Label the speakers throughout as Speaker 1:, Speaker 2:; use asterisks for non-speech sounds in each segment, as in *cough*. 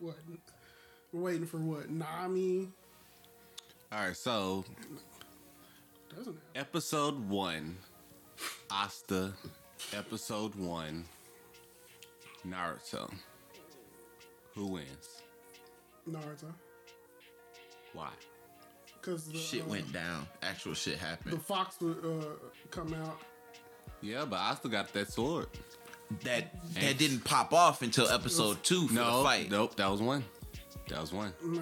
Speaker 1: what? We're waiting for what? Nami
Speaker 2: All right, so
Speaker 1: doesn't have.
Speaker 2: episode one, Asta, episode one, Naruto. Who wins?
Speaker 1: Naruto.
Speaker 2: Why?
Speaker 1: Because the,
Speaker 3: Shit
Speaker 1: uh,
Speaker 3: went down. Actual shit
Speaker 1: the
Speaker 3: happened.
Speaker 1: fox would uh, come out.
Speaker 2: Yeah, but Asta got that sword.
Speaker 3: That that didn't pop off until episode two for
Speaker 2: No,
Speaker 3: the fight.
Speaker 2: nope, that was one. That was one.
Speaker 1: Nah.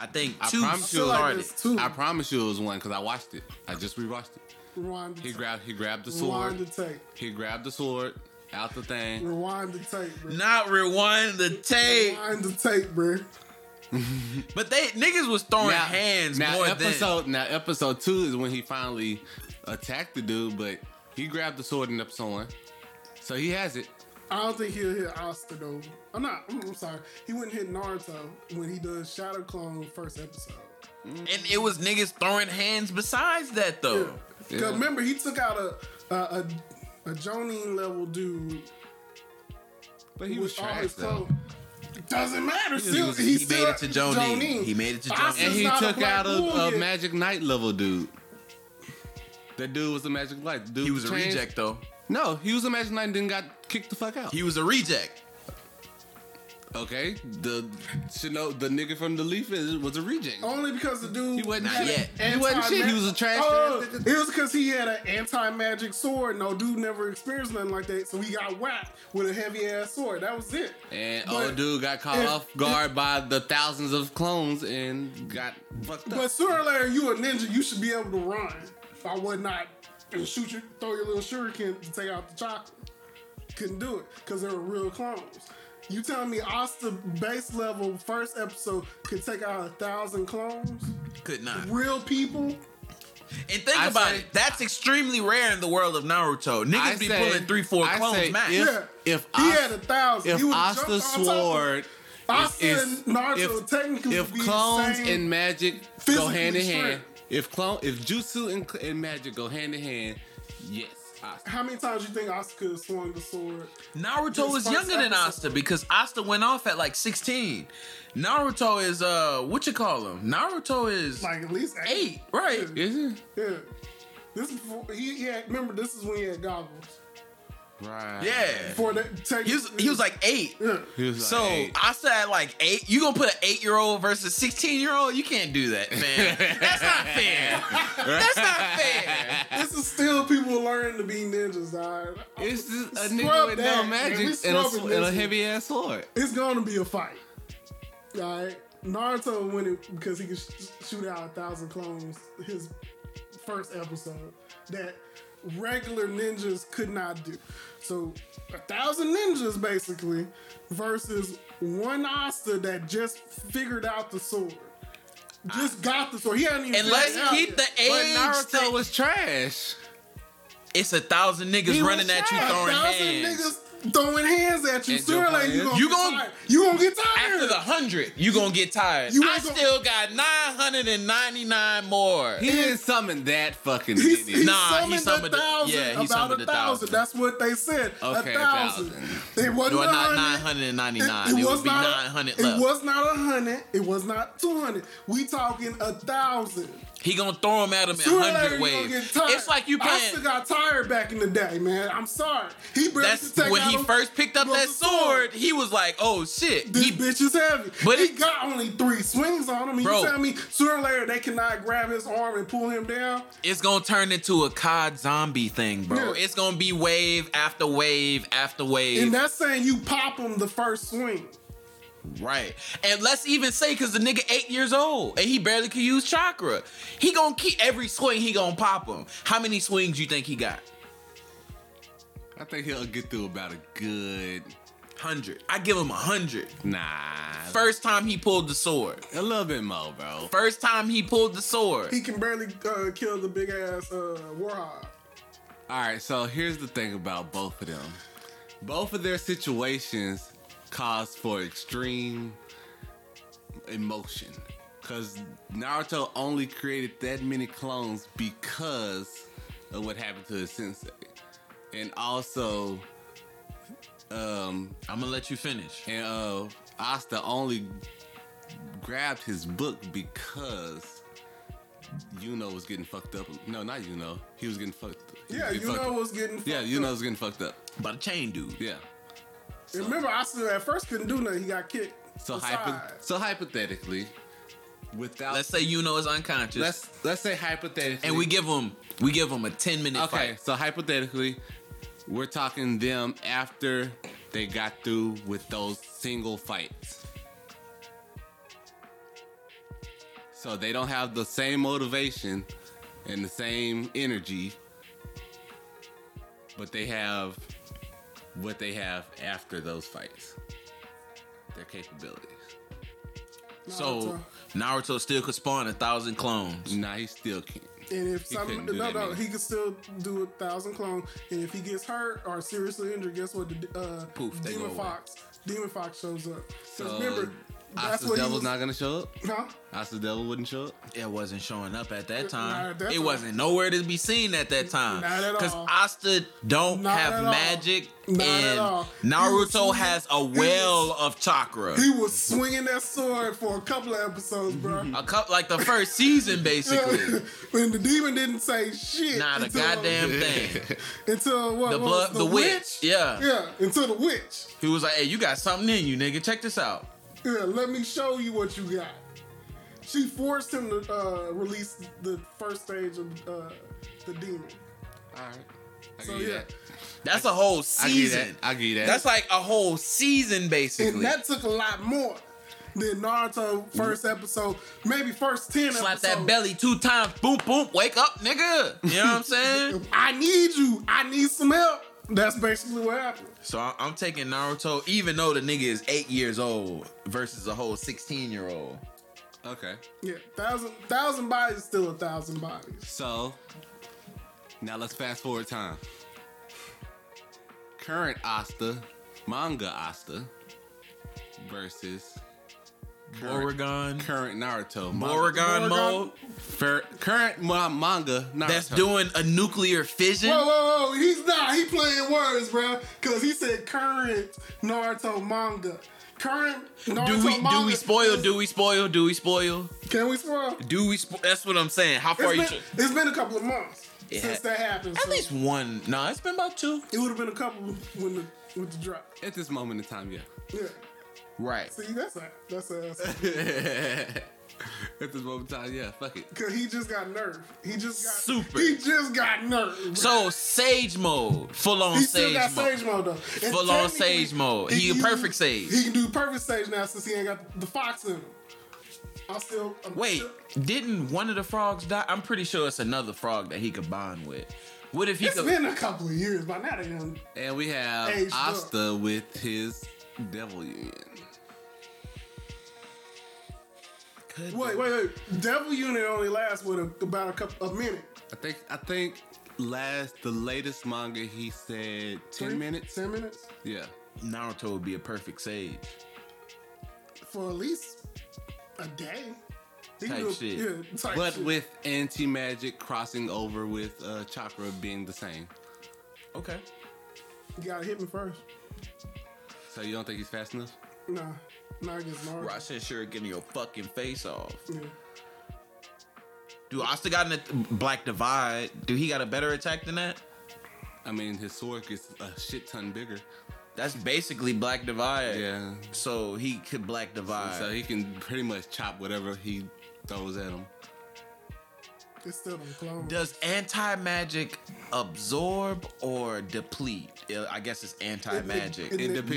Speaker 3: I think
Speaker 2: I
Speaker 3: two
Speaker 2: promise you- I feel like
Speaker 3: started.
Speaker 1: it's two.
Speaker 2: I promise you it was one because I watched it. I just rewatched it.
Speaker 1: Rewind the
Speaker 2: He
Speaker 1: tape.
Speaker 2: grabbed he grabbed the
Speaker 1: Rewind the
Speaker 2: sword.
Speaker 1: tape.
Speaker 2: He grabbed the sword out the thing.
Speaker 1: Rewind the tape, bro.
Speaker 3: Not rewind the tape,
Speaker 1: Rewind the tape, bro.
Speaker 3: but they niggas was throwing hands
Speaker 2: now
Speaker 3: more than
Speaker 2: episode now episode two is when he finally attacked the dude, but he grabbed the sword in episode one, so he has it.
Speaker 1: I don't think he'll hit Asta though. I'm not. I'm, I'm sorry. He wouldn't hit Naruto when he does Shadow Clone first episode.
Speaker 3: and it was niggas throwing hands. Besides that though,
Speaker 1: Because
Speaker 2: Oh, Yeah.
Speaker 1: remember, he took out a a, a, a Jonin level dude
Speaker 2: But he
Speaker 1: with
Speaker 2: was
Speaker 1: all his
Speaker 2: trash though.
Speaker 1: clothes. It doesn't matter. Still,
Speaker 3: was-
Speaker 1: he's
Speaker 3: he
Speaker 1: still
Speaker 3: made it to Jonin. He made it to
Speaker 1: Asta's
Speaker 3: Jonin.
Speaker 2: And he
Speaker 1: not
Speaker 2: took
Speaker 1: black
Speaker 2: out a,
Speaker 1: woman
Speaker 2: a
Speaker 1: yet.
Speaker 2: Magic Knight level dude. That dude was a Magic Knight. The Dude
Speaker 3: he was a
Speaker 2: changed-
Speaker 3: reject though.
Speaker 2: No, he was a Magic Knight and then got kicked the fuck out.
Speaker 3: He was a reject.
Speaker 2: okay, the you know the nigga from the Leaf is, was a reject.
Speaker 1: Only because the dude
Speaker 2: He wasn't
Speaker 3: Not
Speaker 2: shit.
Speaker 3: yet.
Speaker 2: He wasn't shit. He was a trash.
Speaker 1: Oh,
Speaker 2: ass nigga.
Speaker 1: it was because he had an anti-magic sword. No dude never experienced nothing like that, so he got whacked with a heavy ass sword. That was it.
Speaker 2: And
Speaker 1: But-
Speaker 2: old dude got caught
Speaker 1: if-
Speaker 2: off guard by the thousands of clones and got fucked up.
Speaker 1: But sooner or later, you a ninja. You should be able to run. If I would not and shoot you, throw your little shuriken to take out the chocolate. Couldn't do it because they were real clones. You telling me Asta base level first episode could take out a thousand clones,
Speaker 3: Could not.
Speaker 1: real people?
Speaker 3: And think
Speaker 2: I
Speaker 3: about
Speaker 2: say-
Speaker 3: it. That's extremely rare in the world of Naruto. Niggas
Speaker 2: I
Speaker 3: be
Speaker 2: say-
Speaker 3: pulling three, four
Speaker 2: I say
Speaker 3: clones max.
Speaker 2: If-
Speaker 1: yeah,
Speaker 2: if
Speaker 1: he
Speaker 2: Asta-
Speaker 1: had a thousand,
Speaker 2: if
Speaker 1: he would have
Speaker 2: Asta
Speaker 1: jumped on top of him.
Speaker 2: Sword,
Speaker 1: Asta and Naruto technically
Speaker 2: if
Speaker 1: would be the
Speaker 2: clones
Speaker 1: same
Speaker 2: and magic go
Speaker 1: physically
Speaker 2: hand in
Speaker 1: strength.
Speaker 2: hand, if clone, if jutsu and, cl- and magic go hand in hand, yes, Asta.
Speaker 1: How many times you think Asta could have swung the sword?
Speaker 3: Naruto
Speaker 1: This
Speaker 3: is
Speaker 1: first
Speaker 3: younger than
Speaker 1: episode-
Speaker 3: Asta because Asta went off at like 16. Naruto is uh what you call him? Naruto is
Speaker 1: Like at least
Speaker 3: eight, right?
Speaker 2: Is it
Speaker 1: Yeah. This is before he, he had remember this is when he had goggles.
Speaker 2: right?
Speaker 3: Yeah.
Speaker 1: For that take
Speaker 3: He was he was like eight.
Speaker 1: yeah.
Speaker 2: He was like,
Speaker 3: So
Speaker 2: hey.
Speaker 3: Asta at like eight, you gonna put an eight year old versus sixteen year old? You can't do that, man. That's not fair. That's not fair.
Speaker 1: This is still people learning to be ninjas, dog.
Speaker 2: it's just a nigga
Speaker 1: Scrub
Speaker 2: with
Speaker 1: that,
Speaker 2: no
Speaker 1: man.
Speaker 2: magic
Speaker 1: We
Speaker 2: and a, s-
Speaker 1: scrubbing
Speaker 2: and a
Speaker 1: this
Speaker 2: heavy ass sword.
Speaker 1: It's gonna be a fight. Alright. Naruto won it because he could sh- shoot out a thousand clones his first episode that regular ninjas could not do. So a thousand ninjas basically versus one Asta that just figured out the sword. Just got the sword. He hadn't even
Speaker 3: And
Speaker 1: figured
Speaker 3: let's
Speaker 1: it out
Speaker 3: keep
Speaker 1: yet.
Speaker 3: the age.
Speaker 2: But Naruto
Speaker 3: thing-
Speaker 2: was trash.
Speaker 3: it's a thousand niggas
Speaker 2: He
Speaker 3: running
Speaker 2: was
Speaker 3: at you
Speaker 2: trash.
Speaker 3: throwing
Speaker 1: thousand
Speaker 3: hands.
Speaker 1: niggas throwing hands at you.
Speaker 2: And
Speaker 1: Sooner or
Speaker 2: jumping
Speaker 1: later, you
Speaker 2: in.
Speaker 1: gonna,
Speaker 3: You
Speaker 1: get
Speaker 3: gon-
Speaker 1: tired. you gonna get tired.
Speaker 3: After the hundred, you gonna get tired.
Speaker 1: You
Speaker 3: I
Speaker 1: ain't gon-
Speaker 3: still got nine hundred and ninety nine more.
Speaker 2: He didn't summon that fucking
Speaker 1: He's-
Speaker 2: idiot.
Speaker 1: he
Speaker 3: Nah, he
Speaker 1: summoned
Speaker 3: summoned
Speaker 1: a
Speaker 3: the-
Speaker 1: thousand.
Speaker 3: yeah, he
Speaker 1: about
Speaker 3: summoned
Speaker 1: a
Speaker 3: a
Speaker 1: thousand.
Speaker 3: thousand.
Speaker 1: That's what they said.
Speaker 2: Okay,
Speaker 1: a
Speaker 2: a
Speaker 1: thousand. It wasn't
Speaker 3: No,
Speaker 1: a
Speaker 3: not nine
Speaker 1: hundred.
Speaker 3: hundred and ninety
Speaker 1: It,
Speaker 3: nine.
Speaker 1: it
Speaker 3: It,
Speaker 1: was
Speaker 3: would be
Speaker 1: not.
Speaker 3: nine hundred
Speaker 1: it
Speaker 3: left.
Speaker 1: was not a hundred. It was not two hundred. We talking a thousand.
Speaker 3: he gonna throw him at him at
Speaker 1: Sooner or later,
Speaker 3: hundred
Speaker 1: you gonna
Speaker 3: waves.
Speaker 1: get tired.
Speaker 3: It's like you
Speaker 1: I still
Speaker 3: playing.
Speaker 1: got tired back in the day, man. I'm sorry. He barely
Speaker 3: That's
Speaker 1: could take
Speaker 3: when
Speaker 1: out
Speaker 3: he
Speaker 1: a-
Speaker 3: first picked up
Speaker 1: broke
Speaker 3: that
Speaker 1: the
Speaker 3: sword. He was like, "Oh shit!"
Speaker 1: This
Speaker 3: He,
Speaker 1: bitch is heavy. But
Speaker 3: But
Speaker 1: he
Speaker 3: it-
Speaker 1: got only three swings on him. And
Speaker 3: Bro.
Speaker 1: you tell me sooner or later they cannot grab his arm and pull him down?
Speaker 3: it's gonna turn into a COD zombie thing, bro.
Speaker 1: Yeah.
Speaker 3: It's gonna be wave after wave after wave.
Speaker 1: And that's saying you pop him the first swing.
Speaker 3: Right. And let's even say because the nigga eight years old and he barely could use chakra. He gonna keep every swing he gonna pop him. How many swings you think he got?
Speaker 2: I think he'll get through about a good
Speaker 3: Hundred. I give him a hundred.
Speaker 2: nah,
Speaker 3: First time he pulled the sword.
Speaker 2: a little bit more, bro.
Speaker 3: First time he pulled the sword.
Speaker 1: He can barely uh, kill the big ass uh, warhog.
Speaker 2: All right, so here's the thing about both of them. Both of their situations cause for extreme emotion. Because Naruto only created that many clones because of what happened to his sensei. And also, um,
Speaker 3: I'm gonna let you finish.
Speaker 2: and uh, Asta only grabbed his book because Yuno was getting fucked up. No, not Yuno. He was getting fucked. he was
Speaker 1: Yeah,
Speaker 2: getting
Speaker 1: you
Speaker 2: fucked
Speaker 1: know
Speaker 2: Up.
Speaker 1: was getting.
Speaker 2: Yeah,
Speaker 1: fucked
Speaker 2: Yuno
Speaker 1: up.
Speaker 2: was getting fucked up.
Speaker 3: By the chain dude.
Speaker 2: Yeah.
Speaker 1: And Remember, I still at first couldn't do nothing. He got kicked.
Speaker 2: So
Speaker 1: aside.
Speaker 2: hypo- so hypothetically, without
Speaker 3: Let's say you know is unconscious.
Speaker 2: let's let's say hypothetically,
Speaker 3: and we give him we give him a 10 minute
Speaker 2: okay.
Speaker 3: fight.
Speaker 2: So hypothetically, we're talking them after they got through with those single fights. So they don't have the same motivation and the same energy, but they have what they have after those fights. Their capabilities.
Speaker 3: So Naruto still could spawn a thousand clones.
Speaker 2: Nah, he still can't.
Speaker 1: and if
Speaker 2: he
Speaker 1: some
Speaker 2: couldn't do
Speaker 1: no
Speaker 2: that
Speaker 1: no
Speaker 2: many.
Speaker 1: he could still do a thousand clone. And if he gets hurt or seriously injured, guess what? The, uh,
Speaker 2: Poof, they go
Speaker 1: Demon
Speaker 2: away.
Speaker 1: Fox. Demon Fox shows up. 'Cause
Speaker 2: So
Speaker 1: remember, that's
Speaker 2: Asa's
Speaker 1: what he
Speaker 2: devil's
Speaker 1: was.
Speaker 2: not gonna show up.
Speaker 1: huh?
Speaker 2: Asa's devil wouldn't show up.
Speaker 3: *laughs* It wasn't showing up at that
Speaker 1: Nah,
Speaker 3: time.
Speaker 1: at that
Speaker 3: it
Speaker 1: time.
Speaker 3: wasn't nowhere to be seen at that time.
Speaker 1: Not at all.
Speaker 3: Asta don't
Speaker 1: Not at
Speaker 3: have
Speaker 1: all.
Speaker 3: magic,
Speaker 1: Not at all.
Speaker 3: and
Speaker 1: He was
Speaker 3: Naruto
Speaker 1: swimming-
Speaker 3: has a
Speaker 1: he was-
Speaker 3: well of chakra.
Speaker 1: He was swinging that sword for a couple of episodes, bro.
Speaker 3: A cup like the first
Speaker 1: *laughs*
Speaker 3: season, basically.
Speaker 1: when the demon didn't say shit.
Speaker 3: Not a
Speaker 1: until-
Speaker 3: goddamn thing.
Speaker 1: Until what?
Speaker 3: The
Speaker 1: what was
Speaker 3: blood,
Speaker 1: it,
Speaker 3: the, witch. Yeah.
Speaker 1: Yeah, until the witch.
Speaker 3: he was like, "Hey, you got something in you, nigga. Check this out."
Speaker 1: Yeah, let me show you what you got. She forced him to uh, release the first stage of uh, the demon.
Speaker 2: All right. I
Speaker 1: So
Speaker 2: give you
Speaker 1: yeah,
Speaker 2: that.
Speaker 3: That's a whole
Speaker 2: I give you
Speaker 3: season.
Speaker 2: that. I give you that.
Speaker 3: That's like a whole season,
Speaker 1: and
Speaker 3: basically.
Speaker 1: that took a lot more than Naruto first episode, maybe first ten.
Speaker 3: Slap
Speaker 1: episodes.
Speaker 3: that belly two times. Boom, boom. Wake up, nigga. You know what I'm saying?
Speaker 1: I need you. I need some help. That's basically what happened.
Speaker 3: *laughs* So I- I'm taking Naruto, even though the nigga is eight years old versus a whole 16 year old.
Speaker 2: Okay.
Speaker 1: Yeah, thousand thousand bodies still a thousand bodies.
Speaker 2: So now let's fast forward time. Current Asta, manga Asta, versus current,
Speaker 3: Oregon.
Speaker 2: current Naruto. manga-
Speaker 3: Oregon
Speaker 1: Oregon.
Speaker 3: mode
Speaker 2: Fer- current ma- manga Naruto.
Speaker 3: that's doing a nuclear fission.
Speaker 1: Whoa, whoa, whoa! He's not. He playing words, bro. Cause he said current Naruto manga. Current Naruto
Speaker 3: Do we
Speaker 1: manga.
Speaker 3: do we spoil?
Speaker 1: is-
Speaker 3: Do we spoil? Do we spoil?
Speaker 1: Can we spoil?
Speaker 3: Do we? Spo- that's what I'm saying. How far
Speaker 1: It's
Speaker 3: you?
Speaker 1: been, it's been a couple of months
Speaker 3: Yeah.
Speaker 1: since that happened.
Speaker 3: At
Speaker 1: so
Speaker 3: least one. No, it's been about two.
Speaker 1: it would have been a couple when the with the drop.
Speaker 2: At this moment in time, yeah. *laughs*
Speaker 1: Yeah.
Speaker 3: Right.
Speaker 1: See, that's a that's a that's a-
Speaker 2: At this moment in time, yeah. Fuck it.
Speaker 1: Cause he just got nerve. He just got
Speaker 3: Super.
Speaker 1: He just got nerve. bro.
Speaker 3: So sage mode, full on
Speaker 1: he still
Speaker 3: sage
Speaker 1: got
Speaker 3: mode.
Speaker 1: sage mode though. And
Speaker 3: Full on
Speaker 1: technically,
Speaker 3: sage mode. He
Speaker 1: can
Speaker 3: a perfect
Speaker 1: use-
Speaker 3: sage.
Speaker 1: He can do perfect sage now since he ain't got the fox in him. I'm still I'm
Speaker 3: Wait,
Speaker 1: still-
Speaker 3: didn't one of the frogs die? I'm pretty sure it's another frog that he could bond with. What if he
Speaker 1: It's
Speaker 3: could?
Speaker 1: been a couple of years by now. They done
Speaker 2: And we have
Speaker 1: Aged up.
Speaker 2: Asta with his Devil Union.
Speaker 3: Could
Speaker 1: wait, wait, wait. Devil unit only lasts with a, about a couple a minute.
Speaker 2: I think I think last the latest manga he said ten
Speaker 1: Three-
Speaker 2: minutes.
Speaker 1: Ten minutes
Speaker 2: Yeah.
Speaker 3: Naruto would be a perfect sage.
Speaker 1: for at least a day. He
Speaker 3: Type
Speaker 1: do-
Speaker 3: shit.
Speaker 1: Yeah, type
Speaker 2: But
Speaker 1: shit.
Speaker 2: with anti magic crossing over with uh, chakra being the same.
Speaker 3: Okay.
Speaker 1: you gotta hit me first.
Speaker 2: So you don't think he's fast enough?
Speaker 1: Nah, not against Naruto.
Speaker 3: Rasen sure getting your fucking face off.
Speaker 1: Yeah.
Speaker 3: Dude, Asta got a black divide. Do he got a better attack than that?
Speaker 2: I mean, his sword gets a shit ton bigger.
Speaker 3: That's basically black divide.
Speaker 2: Yeah.
Speaker 3: So he could black divide.
Speaker 2: So he can pretty much chop whatever he throws at him.
Speaker 1: It's still them clones.
Speaker 3: Does anti magic absorb or deplete? Yeah, I guess it's anti magic.
Speaker 1: it-
Speaker 2: It
Speaker 1: Neg-
Speaker 2: depends.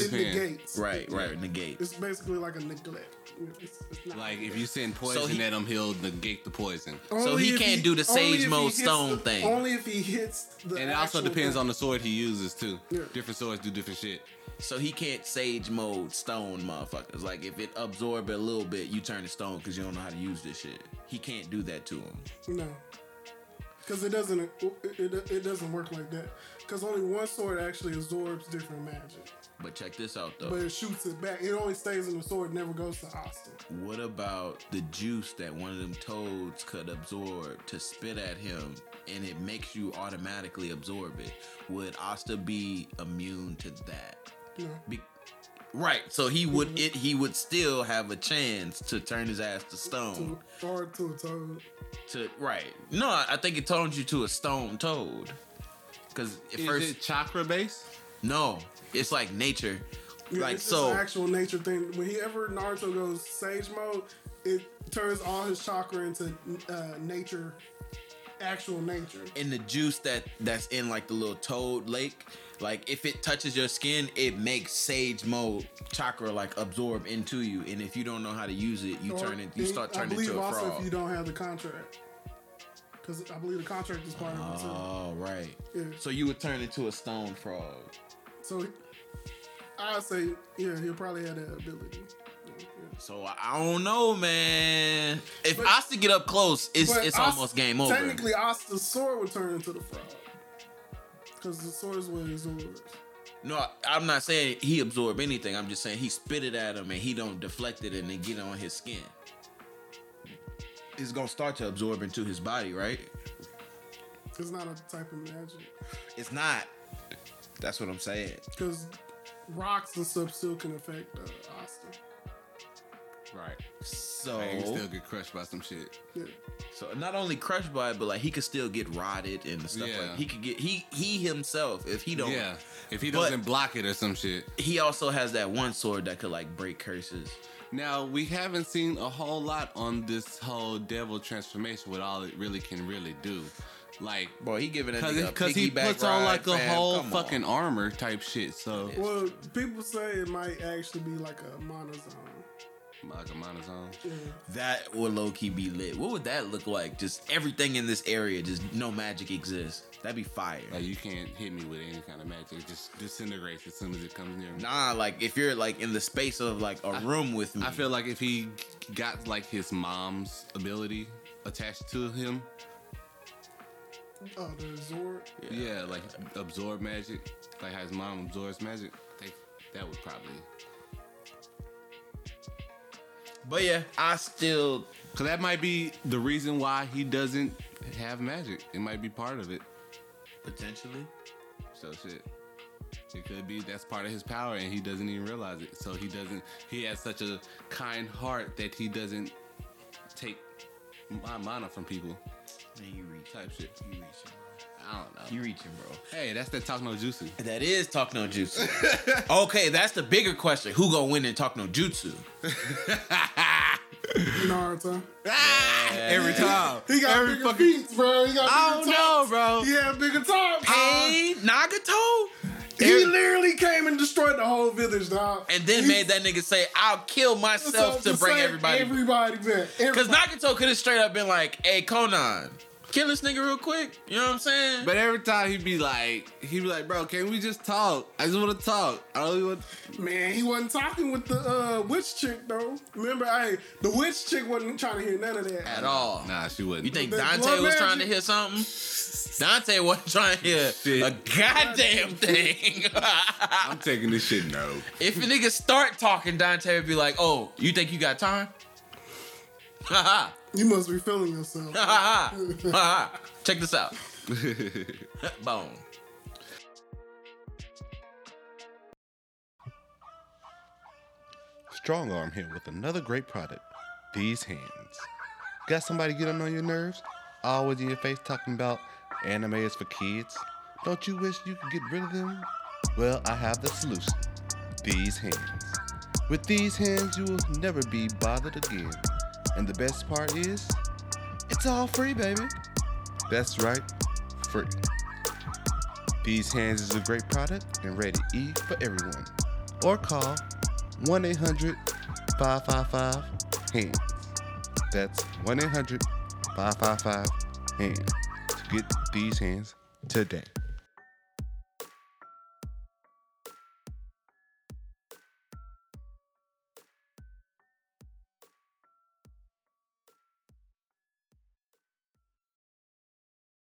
Speaker 2: It
Speaker 1: it
Speaker 2: depends.
Speaker 1: negates.
Speaker 3: Right, right, negate.
Speaker 1: It's basically like a neglect. You know, It's, it's not
Speaker 2: Like if you send poison
Speaker 3: he-
Speaker 2: at him, he'll negate the poison.
Speaker 3: so
Speaker 1: Only
Speaker 3: he
Speaker 1: if
Speaker 3: can't do the
Speaker 1: only
Speaker 3: Sage
Speaker 1: if he
Speaker 3: Mode
Speaker 1: hits
Speaker 3: Stone
Speaker 1: the-
Speaker 3: thing.
Speaker 1: Only if he hits the.
Speaker 2: And it also
Speaker 1: actual
Speaker 2: depends
Speaker 1: thing.
Speaker 2: on the sword he uses too.
Speaker 1: Yeah.
Speaker 2: Different swords do different shit.
Speaker 3: So he can't sage mode stone motherfuckers. Like if it absorb it a little bit, you turn to stone because you don't know how to use this shit. He can't do that to him.
Speaker 1: No. Because it doesn't it, it, it doesn't work like that. Because only one sword actually absorbs different magic,
Speaker 3: But check this out though.
Speaker 1: but it shoots it back. It only stays in the sword, never goes to Austin.
Speaker 3: what about the juice that one of them toads could absorb to spit at him and it makes you automatically absorb it? Would Asta be immune to that?
Speaker 1: No,
Speaker 3: Be- Right. So he would it he would still have a chance to turn his ass to stone.
Speaker 1: to, or to a toad.
Speaker 3: To right. No, I I think it turns you to a stone toad. Cause at
Speaker 2: Is
Speaker 3: first
Speaker 2: it chakra based?
Speaker 3: no. It's like nature.
Speaker 1: Yeah,
Speaker 3: like
Speaker 1: it's just an
Speaker 3: so
Speaker 1: actual nature thing. When he ever Naruto goes Sage mode, it turns all his chakra into uh, nature, actual nature.
Speaker 3: in the juice that that's in like the little toad lake like if it touches your skin it makes sage mode chakra like absorb into you and if you don't know how to use it you
Speaker 1: Or-
Speaker 3: turn it you
Speaker 1: and
Speaker 3: start
Speaker 1: I
Speaker 3: turning
Speaker 1: believe
Speaker 3: into a
Speaker 1: also if you
Speaker 3: frog
Speaker 1: don't have the contract, because I believe the contract is part of it too.
Speaker 3: oh right
Speaker 1: Yeah.
Speaker 3: so you would turn into a stone frog
Speaker 1: So I say, yeah, he'll probably have that ability. Yeah, yeah.
Speaker 3: so i I don't know man if
Speaker 1: But-
Speaker 3: i to get up close it's
Speaker 1: But
Speaker 3: it's
Speaker 1: Asa-
Speaker 3: almost game over
Speaker 1: Technically, Asta's sword would turn into the frog, because the sword is what it absorbs.
Speaker 3: no I, i'm not saying he absorb anything i'm just saying he spit it at him and he don't deflect it and then get on his skin it's gonna start to absorb into his body right
Speaker 1: It's not a type of magic.
Speaker 3: It's not. That's what I'm saying.
Speaker 1: Because rocks and stuff still can affect uh, Austin.
Speaker 2: Right.
Speaker 3: So,
Speaker 2: Like, you still get crushed by some shit.
Speaker 1: Yeah.
Speaker 3: so not only crushed by it, but like he could still get rotted and stuff.
Speaker 2: Yeah.
Speaker 3: Like he could get he he himself if he don't.
Speaker 2: Yeah. If he
Speaker 3: But-
Speaker 2: doesn't block it or some shit.
Speaker 3: He also has that one sword that could like break curses.
Speaker 2: Now we haven't seen a whole lot on this whole devil transformation. What all it really can really do, like
Speaker 3: Bro, he giving it
Speaker 2: because he puts on like a whole fucking armor type shit. So
Speaker 3: Yeah.
Speaker 1: Well, people say it might actually be like a monozone.
Speaker 2: like a monozone.
Speaker 1: Yeah.
Speaker 3: That would low key be lit. What would that look like? Just everything in this area, just no magic exists. That'd be fire.
Speaker 2: Like you can't hit me with any kind of magic. It just disintegrates as soon as it comes near me.
Speaker 3: nah, like if you're like in the space of like a room with me,
Speaker 2: I feel like if he got like his mom's ability attached to him,
Speaker 1: Oh, the Zord.
Speaker 2: yeah, like absorb magic, like how his mom absorbs magic. I think that would probably
Speaker 3: But yeah, I still
Speaker 2: Cause that might be the reason why he doesn't have magic. It might be part of it.
Speaker 3: potentially.
Speaker 2: So shit. It could be that's part of his power and he doesn't even realize it. So he doesn't he has such a kind heart that he doesn't take my mana from people.
Speaker 3: Man, you reach
Speaker 2: Type shit.
Speaker 3: You reaching,
Speaker 2: I don't know.
Speaker 3: bro. You reaching, bro.
Speaker 2: hey, that's that talk no juicy.
Speaker 3: That is talk no jutsu. *laughs* okay, that's the bigger question. Who gonna win in talk no jutsu?
Speaker 1: Naruto.
Speaker 2: Every time.
Speaker 1: He got
Speaker 2: Every
Speaker 1: bigger feet, bro. He got
Speaker 2: I
Speaker 1: bigger
Speaker 2: don't know,
Speaker 1: tops.
Speaker 2: bro.
Speaker 1: He had bigger tops.
Speaker 3: Hey, Nagato,
Speaker 1: he literally came and destroyed the whole village, dog.
Speaker 3: and then
Speaker 1: He
Speaker 3: made that nigga say, "I'll kill
Speaker 1: was
Speaker 3: myself
Speaker 1: up
Speaker 3: to bring
Speaker 1: save
Speaker 3: everybody."
Speaker 1: Everybody back.
Speaker 3: Because
Speaker 1: Everybody.
Speaker 3: Nagato could have straight up been like, "Hey, Conan, kill this nigga real quick." You know what I'm saying?
Speaker 2: But every time he'd be like, he'd be like, bro, can we just talk? I just wanna talk. I don't want
Speaker 1: Man, he wasn't talking with the uh, witch chick though. Remember, hey, the witch chick wasn't trying to hear none of that.
Speaker 3: at all.
Speaker 2: Nah, she wouldn't.
Speaker 3: You think
Speaker 1: That
Speaker 3: Dante
Speaker 1: blood
Speaker 3: was trying to
Speaker 1: magic.
Speaker 3: hear something? Dante wasn't trying to hear
Speaker 2: Shit.
Speaker 3: a goddamn thing. *laughs*
Speaker 2: I'm taking this shit no.
Speaker 3: if a nigga start talking, Dante would be like, "Oh, you think you got time? Ha
Speaker 1: You must be feeling yourself.
Speaker 3: *laughs* ha ha ha ha! Check
Speaker 2: *laughs*
Speaker 3: this out. Boom.
Speaker 2: Strong Arm here with another great product. These hands. Got somebody getting on your nerves? Always in your face talking about anime is for kids? Don't you wish you could get rid of them? Well, I have the solution. These hands. With these hands, you will never be bothered again. And the best part is, it's all free, baby. That's right, free. These Hands is a great product and rated E for everyone. Or call 1 800 555 HANDS. E That's E 1 800 555 HANDS to get these hands today.